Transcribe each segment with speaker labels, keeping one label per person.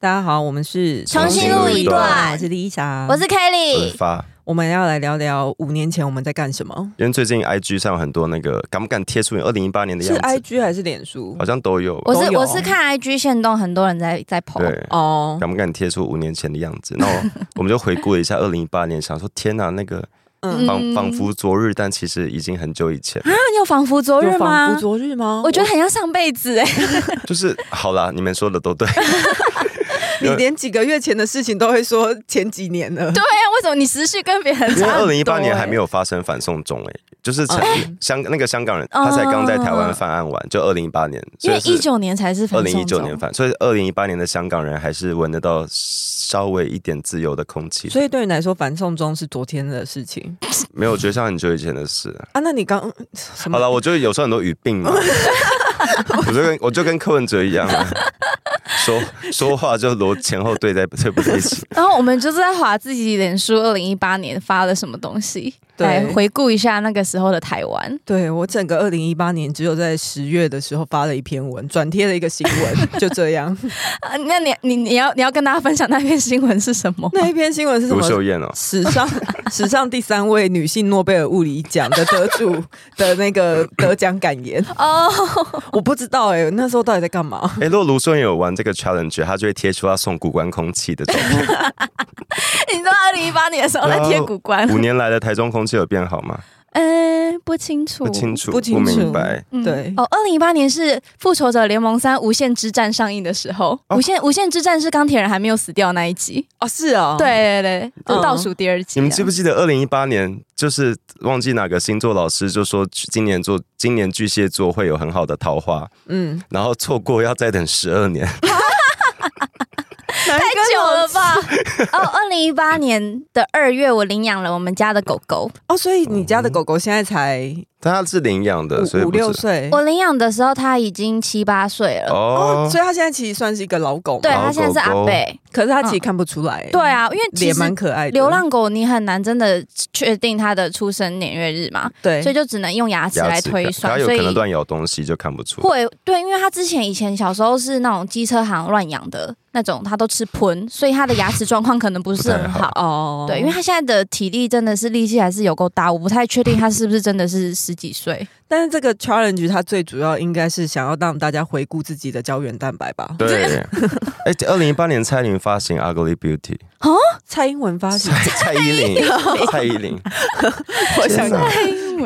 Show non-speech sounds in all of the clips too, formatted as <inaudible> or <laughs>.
Speaker 1: 大家好，我们是
Speaker 2: 重
Speaker 3: 新录一段
Speaker 1: 我是 Lisa，
Speaker 2: 我是
Speaker 3: 我是
Speaker 2: Kelly，
Speaker 3: 发，
Speaker 1: 我们要来聊聊五年前我们在干什么，
Speaker 3: 因为最近 IG 上有很多那个敢不敢贴出你二零一八年的
Speaker 1: 是
Speaker 3: 样子，
Speaker 1: IG 还是脸书
Speaker 3: 好？像都有
Speaker 2: 我
Speaker 1: 都
Speaker 2: 是
Speaker 1: 有
Speaker 2: 我是看 IG 线动，很多人在在 po，
Speaker 3: 对。
Speaker 1: 哦，
Speaker 3: 敢不敢贴出五年前的样子？然
Speaker 2: <laughs>
Speaker 3: 后我们就回顾了一下二零一八年，想说天哪，那个
Speaker 1: 嗯，
Speaker 3: 仿
Speaker 2: 嗯
Speaker 3: 仿佛昨日，但其实已经很久以
Speaker 2: <laughs>
Speaker 3: 前了。
Speaker 2: 啊，你有仿佛昨日
Speaker 1: 就仿
Speaker 2: 吗
Speaker 1: 佛？昨日吗？
Speaker 2: 我觉得很像上辈子
Speaker 3: <laughs>
Speaker 2: 哎、
Speaker 3: 就是好啦，你们说
Speaker 2: <laughs>
Speaker 3: 的都对，
Speaker 1: 你连几个月前的事情都会说前几年了，
Speaker 2: 对呀、为什么你时序跟别人
Speaker 3: 因为
Speaker 2: 差很多、欸哦
Speaker 3: 二零一八年还没
Speaker 2: 有，
Speaker 3: 有发生反送中哎、就是香、
Speaker 1: 嗯
Speaker 3: 香那个香港人，
Speaker 2: 嗯
Speaker 3: 他才刚在台湾犯案完，就二零一八年，
Speaker 2: 哦因
Speaker 3: 所
Speaker 2: 为
Speaker 3: 以
Speaker 2: 一
Speaker 3: 是
Speaker 2: 九年才是
Speaker 3: 二
Speaker 2: 反
Speaker 3: 零一
Speaker 2: 送
Speaker 3: 九
Speaker 2: 中
Speaker 3: 年犯，所以二零一八年的香港人还是闻得到稍微一点自由的空气。
Speaker 1: 所以对你来说反送中是昨天的事情
Speaker 3: 没有，我觉得像很久以前的事。
Speaker 1: 啊？那你刚什
Speaker 3: 好
Speaker 1: 么？
Speaker 3: 了，我就有时候很多语病
Speaker 1: <laughs>
Speaker 3: 嘛，我就跟我就跟柯文哲一样、啊，说说话就逻前后对在对不在一起。
Speaker 2: 然后我们就是在划自己脸书，二零一八年发了什么东西，
Speaker 1: 对
Speaker 2: 来回顾一下那个时候的台湾。
Speaker 1: 对我整个二零一八年只有在十月的时候发了一篇文，转贴了一个新闻，就这样。
Speaker 2: 啊，那你你你要你要跟大家分享那篇新闻是什么吗？
Speaker 1: 那一篇新闻 <laughs> 是什
Speaker 3: 卢
Speaker 1: 么？
Speaker 3: 秀燕哦，
Speaker 1: 史上 <laughs> 史上第三位女性诺贝尔物理奖的得主 <laughs> 的那个得奖感言，
Speaker 2: 哦、
Speaker 1: 我不知道哎、那时候到底在干嘛？
Speaker 3: 哎、如果卢秀燕有玩这个 challenge，她就会贴出她送古关空气的照片。
Speaker 1: <laughs>
Speaker 2: 你知道二零一八年的时候在贴古关，
Speaker 3: 五年来的台中空气有变好吗？
Speaker 2: 嗯、不清楚，
Speaker 3: 不清楚，
Speaker 1: 不清楚
Speaker 3: 明白。
Speaker 2: 嗯
Speaker 1: 对
Speaker 2: 哦，二零一八年是《复仇者联盟三：无限之战》上映的时候，
Speaker 3: 哦
Speaker 2: 无限无限之战》是钢铁人还没有死掉那一集，
Speaker 1: 哦，是哦，
Speaker 2: 对对对，就
Speaker 1: 嗯
Speaker 2: 倒数第二集啊。
Speaker 3: 你们记不记得二零一八年，就是忘记哪个星座老师就说今年做今年巨蟹座会有很好的桃花，
Speaker 1: 嗯，
Speaker 3: 然后错过要再等十二年。
Speaker 1: 太
Speaker 2: 太久了？吧？哦，二零一八年的二月，我领养了我们家的狗狗。
Speaker 1: 哦，所以你家的狗狗现在才
Speaker 3: 但他是领养的，嗯所以
Speaker 1: 五五
Speaker 3: 不
Speaker 1: 六
Speaker 3: 是
Speaker 1: 岁
Speaker 2: 我领养的时候，它已经七八岁了。
Speaker 1: 哎哦
Speaker 3: 哦，
Speaker 1: 所以它现在其实算是一个老狗嘛，
Speaker 2: 对，
Speaker 3: 老
Speaker 2: 它现在是
Speaker 3: 狗
Speaker 2: 阿
Speaker 3: 狗
Speaker 2: 贝。
Speaker 1: 可是它其实看不出来、欸
Speaker 2: 对，啊，因为其
Speaker 1: 脸
Speaker 2: 实
Speaker 1: 蛮可爱的。
Speaker 2: 流浪狗你很难真的确定它的出生年月日嘛，
Speaker 1: 对
Speaker 2: 所以，就只能用牙齿来推
Speaker 3: 它
Speaker 2: 算，
Speaker 3: 有
Speaker 2: 所
Speaker 3: 可
Speaker 2: 以
Speaker 3: 能乱咬东西就看不出。
Speaker 2: 会对，因为他之前以前小时候是那种机车行乱养的那种，他都吃喷，所以他的牙齿状况可能不是很
Speaker 3: 不太
Speaker 2: 好。
Speaker 1: 哦
Speaker 2: 对，因为他现在的体力真的是力气还是有够大，我不太确定他是不是真的是十几
Speaker 3: <laughs>
Speaker 2: 岁。
Speaker 1: 但是这个 challenge 它最主要应该是想要让大家回顾自己的胶原蛋白吧？
Speaker 3: 对，哎，二零一八年蔡依林发行《Ugly Beauty，
Speaker 1: 蔡英文发行》，
Speaker 3: <laughs> 蔡依林，蔡依林，
Speaker 1: 我想
Speaker 3: 天哪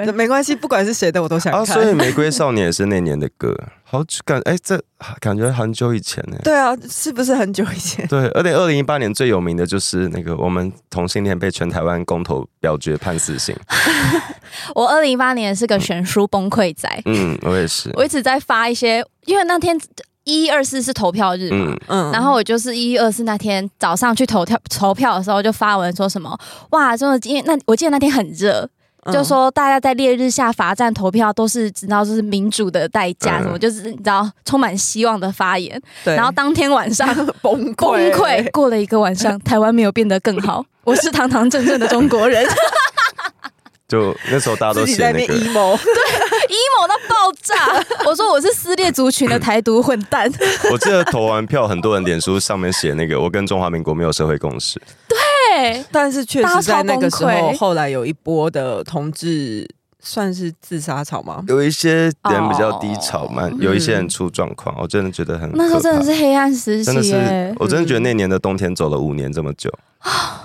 Speaker 1: 看，没关
Speaker 2: <laughs>
Speaker 1: 系，不管是谁的我都想
Speaker 3: 啊，
Speaker 1: 看。
Speaker 3: 所以《玫瑰少年》也是那年的歌，好久感哎，这感觉很久以前呢。
Speaker 1: 对啊，是不是很久以前？
Speaker 3: 对，而且二零一八年最有名的就是那个我们同性恋被全台湾公投表决判死刑。
Speaker 2: 我二零一八年是个悬殊崩溃仔，
Speaker 3: 嗯，我也是。
Speaker 2: 我一直在发一些，因为那天一二四是投票日嘛。
Speaker 3: 嗯，
Speaker 1: 嗯
Speaker 2: 然后我就是一二四那天早上去投票投票的时候，就发文说什么哇，真的，因为那我记得那天很热，
Speaker 3: 嗯
Speaker 2: 就呃
Speaker 1: 嗯
Speaker 2: 说大家在烈日下罚站投票，都是知道就是民主的代价，
Speaker 3: 嗯
Speaker 2: 什么就是你知道充满希望的发言。
Speaker 1: 对，
Speaker 2: 然后当天晚
Speaker 3: <laughs>
Speaker 2: 上
Speaker 1: <laughs> 崩
Speaker 2: 崩
Speaker 1: 溃，
Speaker 2: 溃，过了一个晚上，台湾没有变得更好。我是堂堂正正的中国
Speaker 3: <laughs>
Speaker 2: 人
Speaker 3: 就那时候大家都
Speaker 1: 自己
Speaker 3: 写
Speaker 1: 在那
Speaker 3: 那
Speaker 1: 边
Speaker 3: 个
Speaker 1: emo， <laughs>
Speaker 2: ，emo 到爆炸。我说我是撕裂族群的台独混
Speaker 3: <laughs>
Speaker 2: 蛋，
Speaker 3: 我记得投完票，很多人脸书上面写那个“我跟中华民国没有社会共识
Speaker 2: 对，
Speaker 1: 但是确实在那个时
Speaker 2: 大家超
Speaker 1: 候，
Speaker 2: 崩溃
Speaker 1: 后来有一波的同志算是自杀潮吗”，？
Speaker 3: 有一些人比较低潮嘛，
Speaker 2: 哦
Speaker 3: 有一些人出状况，我真的觉得很
Speaker 2: 那时候真的是
Speaker 3: 可
Speaker 2: 黑暗时
Speaker 3: 怕真的
Speaker 2: 期耶
Speaker 3: 是，。我真的觉得那年的冬天走了五年这么
Speaker 2: <gasps>
Speaker 3: 久，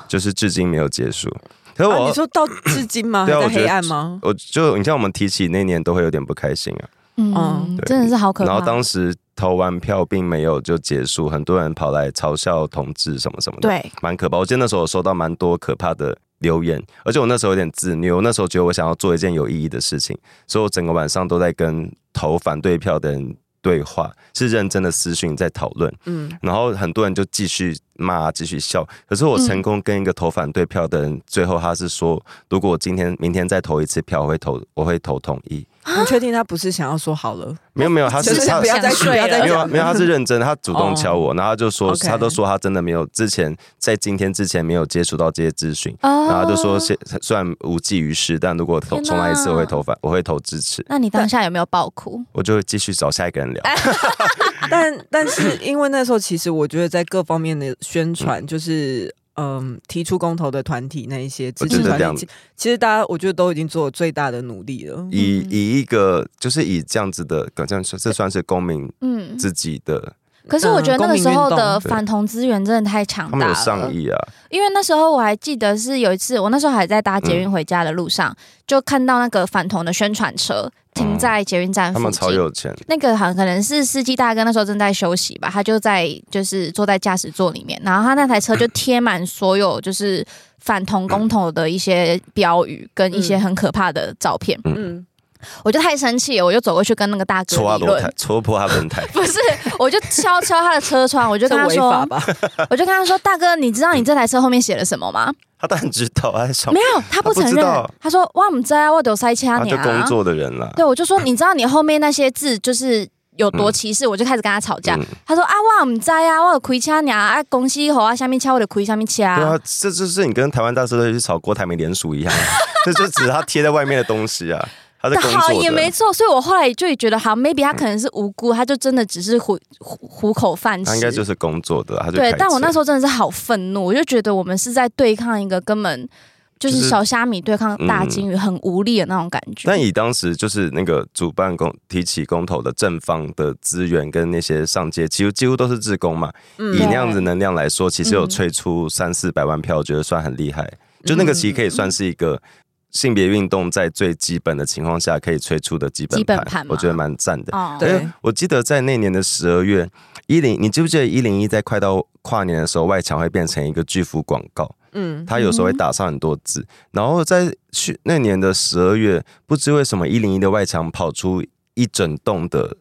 Speaker 3: 就是至今没有结束。可是
Speaker 1: 啊，
Speaker 3: 我、
Speaker 1: 你说到至今吗？
Speaker 3: 对啊
Speaker 1: 还在
Speaker 3: 我觉得
Speaker 1: 黑暗
Speaker 3: <laughs>
Speaker 1: 吗？
Speaker 3: 我就你像我们提起那年都会有点不开心啊，
Speaker 2: 嗯
Speaker 1: 嗯，
Speaker 3: 对
Speaker 2: 真的是好可
Speaker 3: 然
Speaker 2: 怕
Speaker 3: 后。当时投完票并没有就结束，很多人跑来嘲笑同志什么什么的，
Speaker 2: 对，
Speaker 3: 蛮可怕。我记得那时候我收到蛮多可怕的留言，而且我那时候有点自虐，我那时候觉得我想要做一件有意义的事情，所以我整个晚上都在跟投反对票的人对话，是认真的私讯在讨论。
Speaker 1: 嗯，
Speaker 3: 然后很多人就继续骂，继续笑。可是我成功跟一个投反对票的人，最后他是说，如果我今天、明天再投一次票，我会投，我会投同意。
Speaker 1: 你确定他不是想要说好了？
Speaker 3: 没有没有，他
Speaker 1: 就是是
Speaker 3: 他
Speaker 1: 不要再
Speaker 2: 想
Speaker 1: 不
Speaker 2: 睡
Speaker 1: 要再
Speaker 2: 了
Speaker 3: 没有啊
Speaker 1: 讲，
Speaker 3: 没
Speaker 1: <laughs>
Speaker 3: 有，他是认真，他主动敲我，然后他就说
Speaker 1: 哦 OK
Speaker 3: 他都说他真的没有之前在今天之前没有接触到这些资讯，
Speaker 2: 然
Speaker 3: 然后他就说现虽然无济于事，但如果投
Speaker 2: 哦天哪
Speaker 3: 重来一次，我会投反，我会投支持，
Speaker 2: 那你当下有没有爆哭？哎
Speaker 3: 我就会继续找下一个人聊。
Speaker 1: 但但
Speaker 3: <laughs>
Speaker 1: 是因为那时候其实我觉得在各方面的宣传，就是嗯提出公投的团体那一些支持
Speaker 2: 我觉得
Speaker 3: 哦这样
Speaker 1: 团体，其其实大家我觉得都已经做了最大的努力了。
Speaker 3: 以
Speaker 2: 嗯
Speaker 3: 以一个就是以这样子的，这样说这算是公民
Speaker 2: 嗯，
Speaker 3: 自己的，
Speaker 2: 可是我觉得那个时候的
Speaker 1: 呃
Speaker 3: 公民运动
Speaker 2: 反同资源真的太强
Speaker 3: 他们
Speaker 2: 大
Speaker 3: 有
Speaker 2: 了
Speaker 3: 上，亿啊，
Speaker 2: 因为那时候我还记得是有一次，我那时候还在搭捷
Speaker 3: 嗯
Speaker 2: 运回家的路上，就看到那个反同的宣传车停在捷运站
Speaker 3: 哦他
Speaker 2: 附
Speaker 3: 们超
Speaker 2: 近。
Speaker 3: 有钱，
Speaker 2: 那个好像可能是司机大哥那时候正在休息吧，他就在就是坐在驾驶座里面，然后他那台车就贴满所有就是反同公投的一些标语跟一些很可怕的照片，
Speaker 1: 嗯，
Speaker 2: 我就太生气了，我就走过去跟那个大哥
Speaker 3: 戳他
Speaker 2: 理
Speaker 3: 轮
Speaker 2: 论，
Speaker 3: 胎，，戳破他轮胎
Speaker 2: <laughs>
Speaker 3: <laughs>
Speaker 2: 不是，我就敲敲他的车窗，我就
Speaker 1: 这
Speaker 2: 跟他
Speaker 1: 违法
Speaker 2: 说， <laughs>
Speaker 1: 吧？
Speaker 2: 我就跟他说，大哥，你知道你这台车后面写了什么吗？
Speaker 3: 他当然知道，他在上
Speaker 2: 没有，他不
Speaker 3: 他不
Speaker 2: 承
Speaker 3: 知
Speaker 2: 认
Speaker 3: 道。
Speaker 2: 他说：“哇，我们在我有塞掐
Speaker 3: 他
Speaker 2: 你
Speaker 3: 就工
Speaker 2: 啊。
Speaker 3: 作的人啦”。
Speaker 2: 对，我就说：“你知道你后面那些字就是有多歧视？”我就开始跟他吵架。
Speaker 3: 嗯
Speaker 2: 他说：“啊，哇，我们在啊，我有亏掐你啊，啊，公西猴啊，下面掐我的亏，下面掐。
Speaker 3: 对啊，这就是你跟台湾大社会去炒郭台铭联署一样、啊， <laughs> 这就只是他贴在外面的东西啊，他在
Speaker 2: 但 <laughs>
Speaker 3: 工
Speaker 2: 好
Speaker 3: 作
Speaker 2: 也没
Speaker 3: 的，嗯
Speaker 2: 错，所以我后来就觉得，好，maybe 他可能是无辜，他就真的只是糊糊糊口饭吃。
Speaker 3: 他应该就是工作的，他就
Speaker 2: 对
Speaker 3: 开，
Speaker 2: 但我
Speaker 3: 车
Speaker 2: 那时候真的是好愤怒，我就觉得我们是在对抗一个根本就是
Speaker 3: 就是嗯
Speaker 2: 小虾米对抗大金鱼，很无力的那种感觉。
Speaker 3: 但以当时就是那个主办公提起公投的正方的资源跟那些上街，其实几乎都是志工嘛。
Speaker 1: 嗯
Speaker 3: 以那样子能量来说，其实有
Speaker 2: 嗯
Speaker 3: 吹出三四百万票，我觉得算很厉害。就那个其实可以
Speaker 2: 嗯
Speaker 3: 算是一个性别运动在最基本的情况下可以吹出的基本
Speaker 2: 基本盘嘛
Speaker 3: 我觉得蛮赞的。
Speaker 2: 哦，
Speaker 1: 对
Speaker 3: 哎我记得在那年的十二月一零，你记不记得一零一在快到跨年的时候，外墙会变成一个巨幅广告？
Speaker 1: 嗯，
Speaker 3: 他有时候会打上很多字。然后在去那年的十二月，不知为什么一零一的外墙跑出一整栋的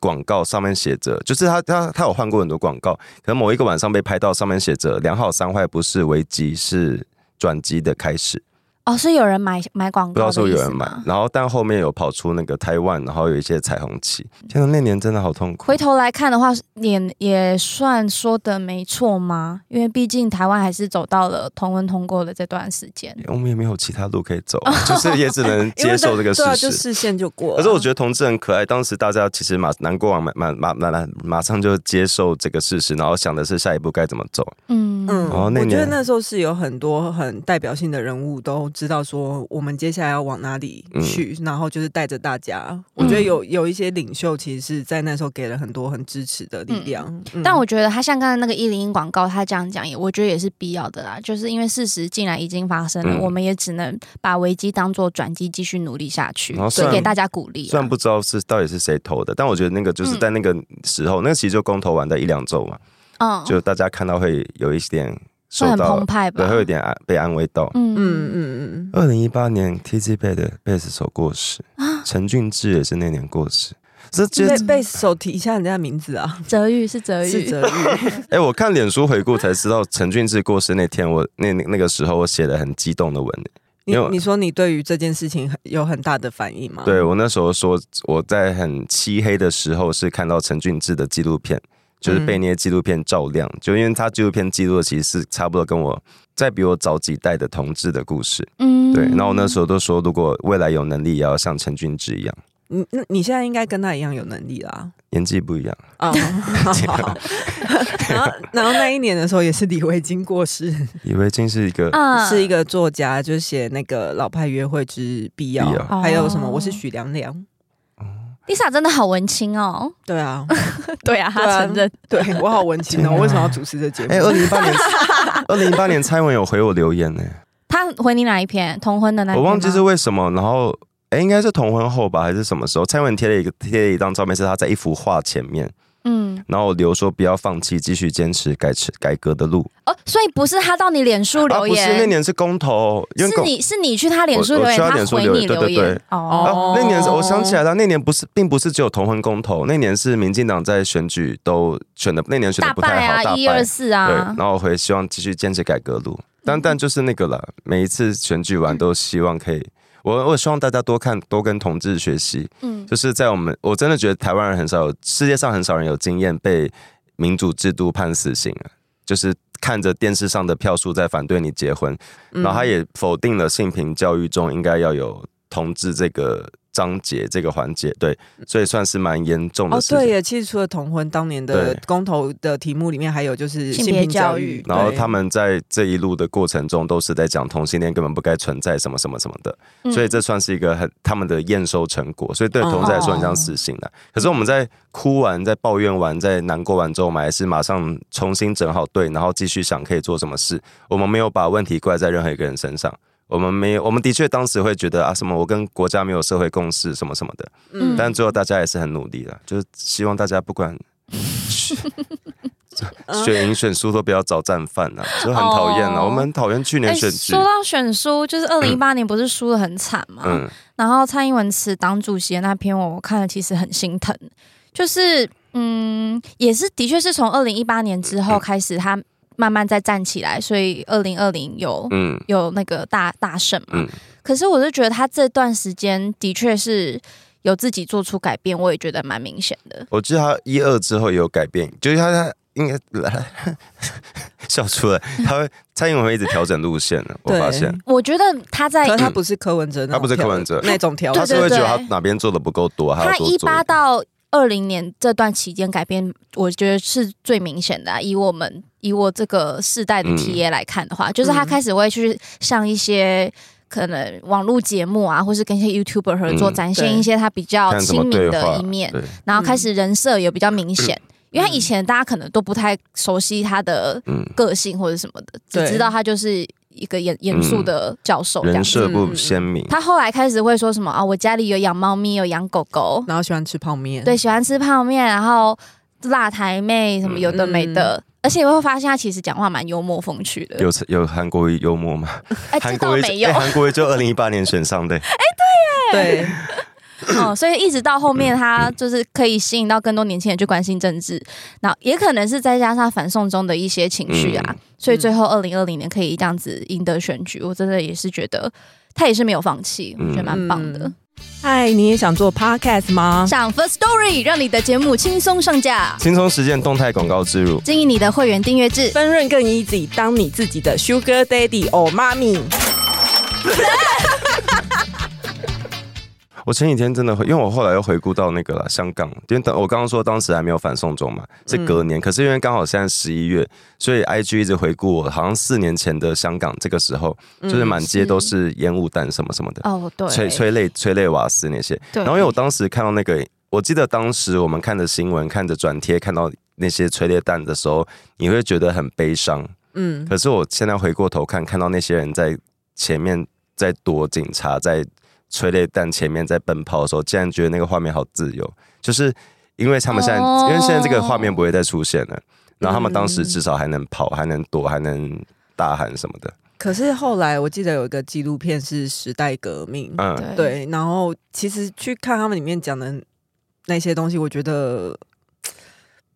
Speaker 3: 广告，上面写着，就是他他他有换过很多广告，可能某一个晚上被拍到，上面写着“良好伤害不是危机，是转机的开始”。
Speaker 2: 哦，是有人买买广
Speaker 3: 不知
Speaker 2: 告
Speaker 3: 道
Speaker 2: 的意
Speaker 3: 是
Speaker 2: 思吗，
Speaker 3: 不是有人买，然后但后面有跑出那个台湾，然后有一些彩虹旗。天哪，那年真的好痛苦
Speaker 2: 回。头来看的话，也也算说的没错吗？因为毕竟台湾还是走到了同文通过的这段时间。
Speaker 3: 我们也没有其他路可以走啊，就是也只能接受这个事
Speaker 1: 对啊，
Speaker 3: 实
Speaker 1: 就。视线就过了。
Speaker 3: 可是我觉得同志很可爱，当时大家其实马难过完，马马马马马马上就接受这个事实，然后想的是下一步该怎么走。
Speaker 2: 嗯
Speaker 1: 嗯，
Speaker 3: 哦那
Speaker 1: 我觉得
Speaker 3: 年
Speaker 1: 那时候是有很多很代表性的人物都知道说我们接下来要往哪里
Speaker 3: 嗯
Speaker 1: 去，然后就是带着大家。我觉得有有一些领袖其实是在那时候给了很多很支持的力量。嗯
Speaker 2: 但我觉得他像刚才那个一零一广告，他这样讲也，我觉得也是必要的啦。就是因为事实竟然已经发生了，
Speaker 3: 嗯
Speaker 2: 我们也只能把危机当做转机，继续努力下去
Speaker 3: 然后，虽
Speaker 2: 所以
Speaker 3: 然
Speaker 2: 给大家鼓励啊。
Speaker 3: 虽然不知道是到底是谁投的，但我觉得那个就是在那个时候，那其实就公投完的一两周嘛，
Speaker 2: 嗯，
Speaker 3: 就大家看到会有一点受
Speaker 2: 会很
Speaker 3: 到
Speaker 2: 澎，湃吧？
Speaker 3: 对，会有点安被安慰到。
Speaker 1: 嗯
Speaker 2: 嗯嗯，
Speaker 1: 嗯嗯
Speaker 3: 二零一八年 TZ 贝的贝斯手过世，陈俊志也是那年过世。这这
Speaker 1: 嗯，被被手提一下人家的名字啊，
Speaker 2: 泽宇是泽
Speaker 1: 是
Speaker 2: 宇，
Speaker 1: 泽
Speaker 3: <laughs>
Speaker 1: 宇。
Speaker 3: 哎、我看脸书回顾才知道，陈俊志过世那天，我那那那个时候我写了很激动的文，
Speaker 1: 你
Speaker 3: 因为
Speaker 1: 你说你对于这件事情很有很大的反应
Speaker 2: 啊
Speaker 1: 吗？
Speaker 3: 对我那时候说，我在很漆黑的时候是看到陈俊志的纪录片，
Speaker 2: 嗯
Speaker 3: 就是被那些纪录片照亮，就因为他纪录片记录的其实是差不多跟我再比我早几代的同志的故事。
Speaker 2: 嗯，
Speaker 3: 对，然后我那时候都说，如果未来有能力，也要像陈俊志一样，
Speaker 1: 你那你现在应该跟他一样有能力
Speaker 3: <laughs>
Speaker 1: 啦。
Speaker 3: 年纪不一样。
Speaker 1: 啊、好好好
Speaker 3: <laughs>
Speaker 1: 然后然后那一年的时候也是李维京过世，
Speaker 3: 以为竟是一个，
Speaker 2: 啊
Speaker 1: 是一个作家，就写那个《老派约会之必要
Speaker 3: 必》，要
Speaker 1: 还有什么《
Speaker 2: 哦
Speaker 1: 我是许良良》。
Speaker 2: Lisa 真的好文青哦。
Speaker 1: 对啊， <laughs>
Speaker 2: <laughs> 对啊，他
Speaker 1: 对啊
Speaker 2: 承认。
Speaker 1: 对我好文青
Speaker 3: 天 <laughs>
Speaker 1: 哦，
Speaker 3: 啊
Speaker 1: 我为什么要主持这节目？
Speaker 3: <laughs> 哎、2二零一
Speaker 2: <laughs>
Speaker 3: 八年，二零一八年蔡英文有回我留言呢、
Speaker 2: 他回你哪一篇？同婚的那一
Speaker 3: 我
Speaker 2: 篇吗
Speaker 3: 忘记是为什么，然后。哎，应该是同婚后吧，还是什么时候？蔡英文贴了一个贴了一张照片，是他在一幅画前面，
Speaker 2: 嗯
Speaker 3: 然后我留说不要放弃，继续坚持改持改革的路。
Speaker 2: 哦，所以不是他到你脸书
Speaker 3: 啊，
Speaker 2: 留
Speaker 3: 不是那
Speaker 2: 言，
Speaker 3: 年是公投，因为
Speaker 2: 是
Speaker 3: 公
Speaker 2: 你是你去他脸书
Speaker 3: 我
Speaker 2: 留言，
Speaker 3: 我去他
Speaker 2: 他
Speaker 3: 脸书
Speaker 2: 回
Speaker 3: 留
Speaker 2: 你
Speaker 3: 言对
Speaker 2: 留
Speaker 3: 对
Speaker 2: 言
Speaker 3: 对。啊
Speaker 2: 哦，
Speaker 3: 那年是我想起来了，那年不是并不是只有同婚公投，那年是民进党在选举都选的，那年选
Speaker 2: 大
Speaker 3: 的不太
Speaker 2: 败
Speaker 3: 好，大
Speaker 2: 啊，一二四
Speaker 3: 对，
Speaker 2: 啊
Speaker 3: 然，后我回希望继续坚持改革路，但但就是那个了，每一次选举完都希望可以。我我希望大家多看多跟同志学习，
Speaker 2: 嗯
Speaker 3: 就是在我们我真的觉得台湾人很少有，世界上很少人有经验被民主制度判死刑啊，就是看着电视上的票数在反对你结婚，
Speaker 1: 嗯
Speaker 3: 然后他也否定了性平教育中应该要有同志这个章节这个环节，对，所以算是蛮严重
Speaker 1: 嗯
Speaker 3: 的
Speaker 1: 哦，
Speaker 3: 事
Speaker 1: 对
Speaker 3: 情。
Speaker 1: 耶，其实除了同婚，当年的
Speaker 3: 对
Speaker 1: 公投的题目里面还有就是
Speaker 2: 性
Speaker 1: 性
Speaker 2: 别
Speaker 1: 平
Speaker 2: 教
Speaker 1: 教
Speaker 2: 育
Speaker 1: 育，
Speaker 3: 然后
Speaker 1: 对
Speaker 3: 他们在这一路的过程中，都是在讲同性恋根本不该存在什么什么什么的，
Speaker 2: 嗯
Speaker 3: 所以这算是一个很他们的验收成果，所以对
Speaker 1: 哦
Speaker 3: 同志来说很像死刑
Speaker 2: 哦
Speaker 3: 了。可是我们在哭完、在抱怨完、在难过完之后，我们还是马上重新整好队，然后继续想可以做什么事。我们没有把问题怪在任何一个人身上，我们没有，我们的确当时会觉得啊什么我跟国家没有社会共识什么什么的，
Speaker 2: 嗯
Speaker 3: 但最后大家也是很努力了，就是希望大家不管 <laughs> 选赢选输都不要找战犯啊，就很讨厌了。
Speaker 2: 哦
Speaker 3: 我们很讨厌去年
Speaker 2: 哎，
Speaker 3: 选举
Speaker 2: 说，到选书，就是二零一八年不是输的很惨嘛，
Speaker 3: 嗯，
Speaker 2: 然后蔡英文辞党主席的那篇，我看了其实很心疼，就是嗯，也是的确是从二零一八年之
Speaker 3: 嗯
Speaker 2: 后开始，他慢慢在站起来，所以二零二零有、
Speaker 3: 嗯
Speaker 2: 有那个大大胜嘛。
Speaker 3: 嗯
Speaker 2: 可是我就觉得他这段时间的确是有自己做出改变，我也觉得蛮明显的。
Speaker 3: 我记得他一二之后也有改变，就是他他应该笑出来，他会蔡英文会一直调整路线的，我
Speaker 1: 对
Speaker 3: 发现。哦
Speaker 2: 我觉得他在
Speaker 1: 可是他不是柯文哲那种
Speaker 3: 他不是柯文哲
Speaker 1: 条那种条
Speaker 3: 他
Speaker 1: 件，
Speaker 3: 是
Speaker 2: 对
Speaker 3: 会觉得他
Speaker 2: 对
Speaker 3: 哪边做的不够多，还要
Speaker 2: 他
Speaker 3: 多
Speaker 2: 一
Speaker 3: 做
Speaker 2: 八到二零年这段期间改变，我觉得是最明显的啊、以我们以我这个世代的
Speaker 3: 嗯
Speaker 2: TA 来看的话，就是他
Speaker 1: 嗯
Speaker 2: 开始会去上一些。可能网络节目啊，或是跟一些 YouTuber 合作，
Speaker 3: 嗯
Speaker 2: 展现
Speaker 1: 对
Speaker 2: 一些他比较
Speaker 3: 看什
Speaker 2: 亲
Speaker 3: 么对
Speaker 2: 民
Speaker 3: 话
Speaker 2: 的一面，
Speaker 3: 对，
Speaker 2: 然后开始人设也比较明显。因为他以前大家可能都不太熟悉他的
Speaker 3: 嗯，
Speaker 2: 个性或者什么的，只
Speaker 1: 对
Speaker 2: 知道他就是一个严严肃的教授这样
Speaker 3: 嗯人
Speaker 2: 子。
Speaker 3: 设不
Speaker 1: 嗯
Speaker 3: 鲜明，
Speaker 2: 他后来开始会说什么啊，我家里有养猫咪，有养狗狗，
Speaker 3: 嗯
Speaker 1: 然后喜欢吃泡面，
Speaker 2: 对，喜欢吃泡面，然后辣台妹什么有的没的，而且我会发现他其实讲话蛮幽默风趣的。
Speaker 3: 嗯有有韩国瑜幽默吗？
Speaker 2: 哎，
Speaker 3: 韩
Speaker 2: 这倒
Speaker 3: 国瑜
Speaker 2: 没有
Speaker 3: 哎韩国瑜就二零一八年选上的，
Speaker 1: 对，
Speaker 2: 哦，所以一直到后面
Speaker 3: 嗯
Speaker 2: 他就是可以吸引到更多年轻人去关心政治，然后也可能是再加上反送中的一些情绪
Speaker 3: 嗯
Speaker 2: 啊，所以最后二零二零年可以这样子赢得选举，我真的也是觉得他也是没有放弃，我觉得蛮棒的。
Speaker 1: 嗯嗨，你也想做 podcast 吗？
Speaker 2: 上 First Story 让你的节目轻松上架，
Speaker 3: 轻松实践动态广告植入。
Speaker 2: 经营你的会员订阅制。
Speaker 1: 分润更 easy，当你自己的 sugar daddy 或妈咪。
Speaker 3: 我前几天真的会，因为我后来又回顾到那个了香港，因为当我刚刚说当时还没有反送中嘛，是隔
Speaker 2: 嗯
Speaker 3: 年，可是因为刚好现在十一月，所以 IG 一直回顾我，好像四年前的香港这个时候，嗯就是满街都是烟雾弹什么什么的，
Speaker 2: 嗯哦，对，
Speaker 3: 催催泪催泪瓦斯那些。
Speaker 2: 对
Speaker 3: 然后因为我当时看到那个，我记得当时我们看着新闻、看着转贴、看到那些催泪弹的时候，你会觉得很悲伤。
Speaker 1: 嗯，
Speaker 3: 可是我现在回过头看，看到那些人在前面在躲警察，在催泪弹前面在奔跑的时候，竟然觉得那个画面好自由，就是因为他们现在，
Speaker 2: 哦
Speaker 3: 因为现在这个画面不会再出现了。然后他们当时
Speaker 1: 嗯
Speaker 3: 至少还能跑，还能躲，还能大喊什么的。
Speaker 1: 可是后来我记得有一个纪录片是时代革命，
Speaker 3: 嗯，
Speaker 1: 对，然后其实去看他们里面讲的那些东西，我觉得。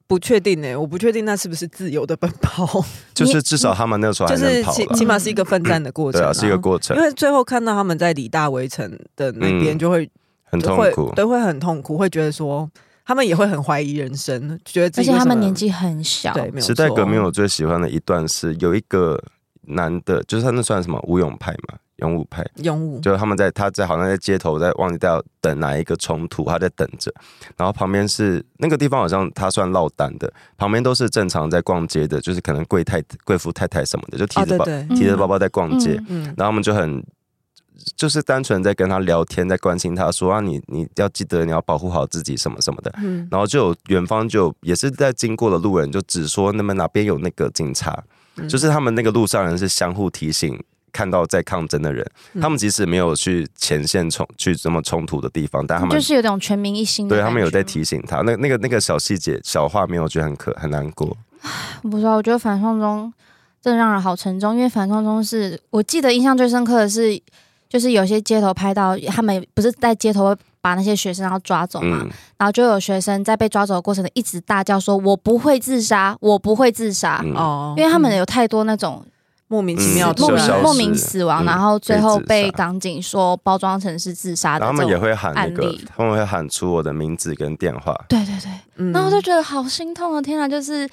Speaker 1: 不确定呢、我不确定那是不是自由的奔跑，
Speaker 3: 就是至少他们那时候还
Speaker 1: 就
Speaker 3: 能
Speaker 1: 是
Speaker 3: 跑
Speaker 1: 起
Speaker 3: 了
Speaker 1: 起。码是一个奋战的过程、
Speaker 3: 对啊，是一个过程
Speaker 1: 因，为最后看到他们在李大围城的那边，
Speaker 3: 嗯
Speaker 1: 就会、
Speaker 3: 很
Speaker 1: 就
Speaker 3: 痛
Speaker 1: 会
Speaker 3: 苦。
Speaker 1: 对，会很痛苦，会觉得说他们也会很怀疑人生，觉得自
Speaker 2: 而
Speaker 1: 己
Speaker 2: 且
Speaker 1: 为
Speaker 2: 他
Speaker 1: 什
Speaker 2: 们
Speaker 1: 么
Speaker 2: 年纪很小，
Speaker 1: 对，没有
Speaker 3: 时代
Speaker 1: 错
Speaker 3: 革命，我最喜欢的一段是有一个男的，就是他那算什么武勇派嘛，勇武派。
Speaker 1: 勇武，
Speaker 3: 就他们在他在好像在街头在忘记掉等哪一个冲突，他在等着，然后旁边是那个地方好像他算落单的，旁边都是正常在逛街的，就是可能贵太贵妇太太什么的，就提
Speaker 1: 哦，
Speaker 3: 着
Speaker 1: 对
Speaker 3: 包、
Speaker 1: 对，
Speaker 3: 提着包包在逛街，
Speaker 2: 嗯
Speaker 1: 嗯，
Speaker 3: 然后我们就很。就是单纯在跟他聊天，在关心他说啊你，你要记得你要保护好自己什么什么的。
Speaker 1: 嗯
Speaker 3: 然后就有远方就有也是在经过的路人就只说那么哪边有那个警察，
Speaker 1: 嗯
Speaker 3: 就是他们那个路上人是相互提醒看到在抗争的人，
Speaker 1: 嗯
Speaker 3: 他们即使没有去前线冲去这么冲突的地方，但他们、
Speaker 2: 就是有种全民一心的
Speaker 3: 对
Speaker 2: 感觉。
Speaker 3: 他们有在提醒他，那那个那个小细节小画面，我觉得很可很难过。
Speaker 2: 我不知啊道，我觉得反送中真的让人好沉重，因为反送中是我记得印象最深刻的是，就是有些街头拍到他们不是在街头会把那些学生然后抓走嘛，
Speaker 3: 嗯，
Speaker 2: 然后就有学生在被抓走的过程中一直大叫说：“我不会自杀，我不会自杀。
Speaker 3: 嗯
Speaker 1: 哦，
Speaker 2: 因为他们有太多那种
Speaker 1: 莫名
Speaker 3: 嗯
Speaker 1: 其妙
Speaker 3: 就
Speaker 2: 莫
Speaker 1: 突
Speaker 2: 名、
Speaker 3: 消失
Speaker 1: 然
Speaker 2: 莫名死亡，
Speaker 3: 嗯
Speaker 2: 然后最后
Speaker 3: 被
Speaker 2: 被
Speaker 3: 自杀
Speaker 2: 港警说包装成是自杀的
Speaker 3: 然
Speaker 2: 啊
Speaker 3: 后他
Speaker 2: 这种，
Speaker 3: 们也会喊那
Speaker 2: 案
Speaker 3: 个
Speaker 2: 例，
Speaker 3: 他们会喊出我的名字跟电话。
Speaker 2: 对对对，
Speaker 1: 嗯
Speaker 2: 然后我就觉得好心痛啊！天啊，就是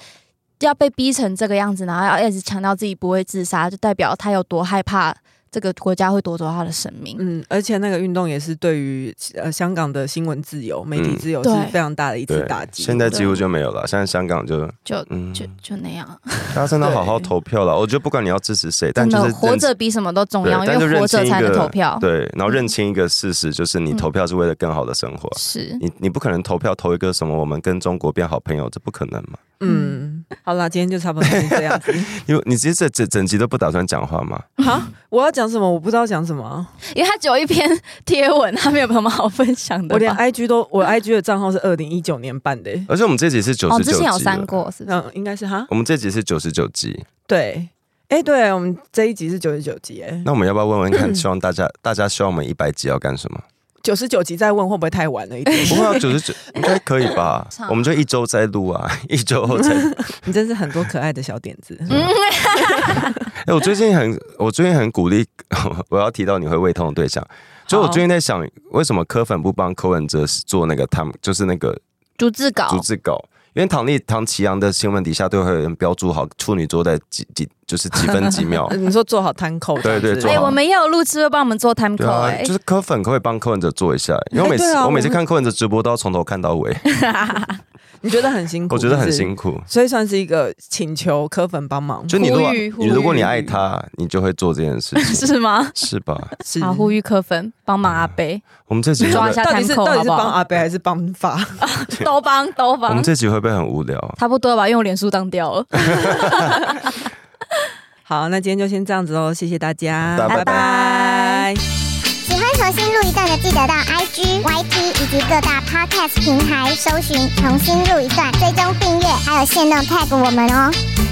Speaker 2: 要被逼成这个样子，然后要一直强调自己不会自杀，就代表他有多害怕这个国家会夺走他的生命。
Speaker 1: 嗯，而且那个运动也是对于呃香港的新闻自由、媒体
Speaker 3: 嗯
Speaker 1: 自由是
Speaker 2: 对
Speaker 1: 非常大的一次
Speaker 3: 对
Speaker 1: 打，击。
Speaker 3: 现在几乎就没有了。现在香港就
Speaker 2: 就
Speaker 3: 嗯，
Speaker 2: 就就那样，
Speaker 3: 大家真的要好好投票了。我觉得不管你要支持谁，但
Speaker 2: 真
Speaker 3: 就
Speaker 2: 的
Speaker 3: 是
Speaker 2: 活
Speaker 3: 认
Speaker 2: 着比什么都重要，
Speaker 3: 对
Speaker 2: 因
Speaker 3: 但就
Speaker 2: 为
Speaker 3: 认
Speaker 2: 活着
Speaker 3: 清一
Speaker 2: 才能
Speaker 3: 个
Speaker 2: 投票。
Speaker 3: 对，然后认清一个事实，就是你
Speaker 2: 嗯
Speaker 3: 投票是为了更好的生活。
Speaker 2: 是，
Speaker 3: 你你不可能投票投一个什么我们跟中国变好朋友，这不可能嘛？
Speaker 1: 嗯，好啦，今天就差不多是这样
Speaker 2: <laughs>
Speaker 1: 子。
Speaker 3: 因为你其实这整整集都不打算讲话嘛？
Speaker 1: 好，我要讲什么？我不知道讲什么啊。
Speaker 2: 因为他只有一篇 <laughs> 贴文，他没有什么好分享的吧。
Speaker 1: 我连 IG 都，我 IG 的账号是二零一九年办的、欸
Speaker 3: 而且我们这集是九
Speaker 2: 哦，
Speaker 3: 十
Speaker 2: 之
Speaker 3: 九集
Speaker 2: 前有
Speaker 3: 了
Speaker 2: 删过，是不是？
Speaker 1: 嗯，应该是哈，
Speaker 3: 我们这集是九十九集，
Speaker 1: 对，哎、对我们这一集是九十九集、哎，
Speaker 3: 那我们要不要问问看？希望大家
Speaker 2: <laughs>
Speaker 3: 大家希望我们一百集要干什么？
Speaker 1: 九十九集再问会不会太晚了一点？
Speaker 2: <laughs>
Speaker 3: 不会啊，九十九应该可以吧
Speaker 2: 差不？多
Speaker 3: 我们就一周再录啊， <laughs> 一周后再。
Speaker 1: 你真是很多可爱的小点子。。
Speaker 2: 嗯
Speaker 3: 哎、我最近很，我最近很鼓励， <laughs> 我要提到你会胃痛的对象。就我最近在想，为什么柯粉不帮柯文哲做那个他们就是那个
Speaker 2: 逐字稿
Speaker 3: 逐字稿？因为唐丽、唐奇阳的新闻底下都会有人标注好处女座在几几，就是几分几秒
Speaker 2: <laughs>
Speaker 1: 你说做好摊口，
Speaker 3: 对对
Speaker 1: 这样子
Speaker 3: 做
Speaker 2: 哎、
Speaker 3: 好
Speaker 2: 我们也有录制会帮我们做 time
Speaker 3: 对
Speaker 2: call
Speaker 3: 啊
Speaker 2: 哎、，
Speaker 3: 就是柯粉可不可以帮柯文哲做一下？因为我每次、
Speaker 1: 哎对啊
Speaker 3: 我每次
Speaker 1: 我们
Speaker 3: 看柯文哲直播都要从头看
Speaker 2: <laughs>
Speaker 3: 到尾，
Speaker 1: 你觉得很辛苦，
Speaker 3: 我觉得很辛
Speaker 1: 苦，
Speaker 3: 苦。
Speaker 1: 所以算是一个请求柯粉帮忙，
Speaker 3: 就你如果
Speaker 2: 呼吁呼
Speaker 3: 你
Speaker 2: 吁
Speaker 3: 如果你爱他，你就会做这件事
Speaker 2: <laughs>
Speaker 3: 情，
Speaker 2: 是吗？
Speaker 3: 是吧？
Speaker 1: 是
Speaker 2: 好，呼吁柯粉帮忙阿贝，
Speaker 3: 我们这集会
Speaker 2: <laughs>
Speaker 3: 不
Speaker 2: 抓
Speaker 3: 会
Speaker 2: 一下
Speaker 1: 到底
Speaker 2: time
Speaker 1: 是
Speaker 2: call
Speaker 1: 到底是
Speaker 2: 好不
Speaker 1: 帮
Speaker 2: 好？
Speaker 1: 阿贝还是帮法？ <laughs>
Speaker 2: <laughs> 都帮都
Speaker 3: 嗯我们
Speaker 2: 帮，
Speaker 3: 这集会不会很无聊啊？
Speaker 2: 差不多吧，因为我脸书当掉了。
Speaker 1: 好，那今天就先这样子喽，谢谢大家，
Speaker 3: 大家拜拜
Speaker 1: 拜
Speaker 4: 喜欢重新录一段的，记得到 IG、YT 以及各大 Podcast 平台搜寻“重新录一段”，追踪订阅，还有限定 tag 我们哦。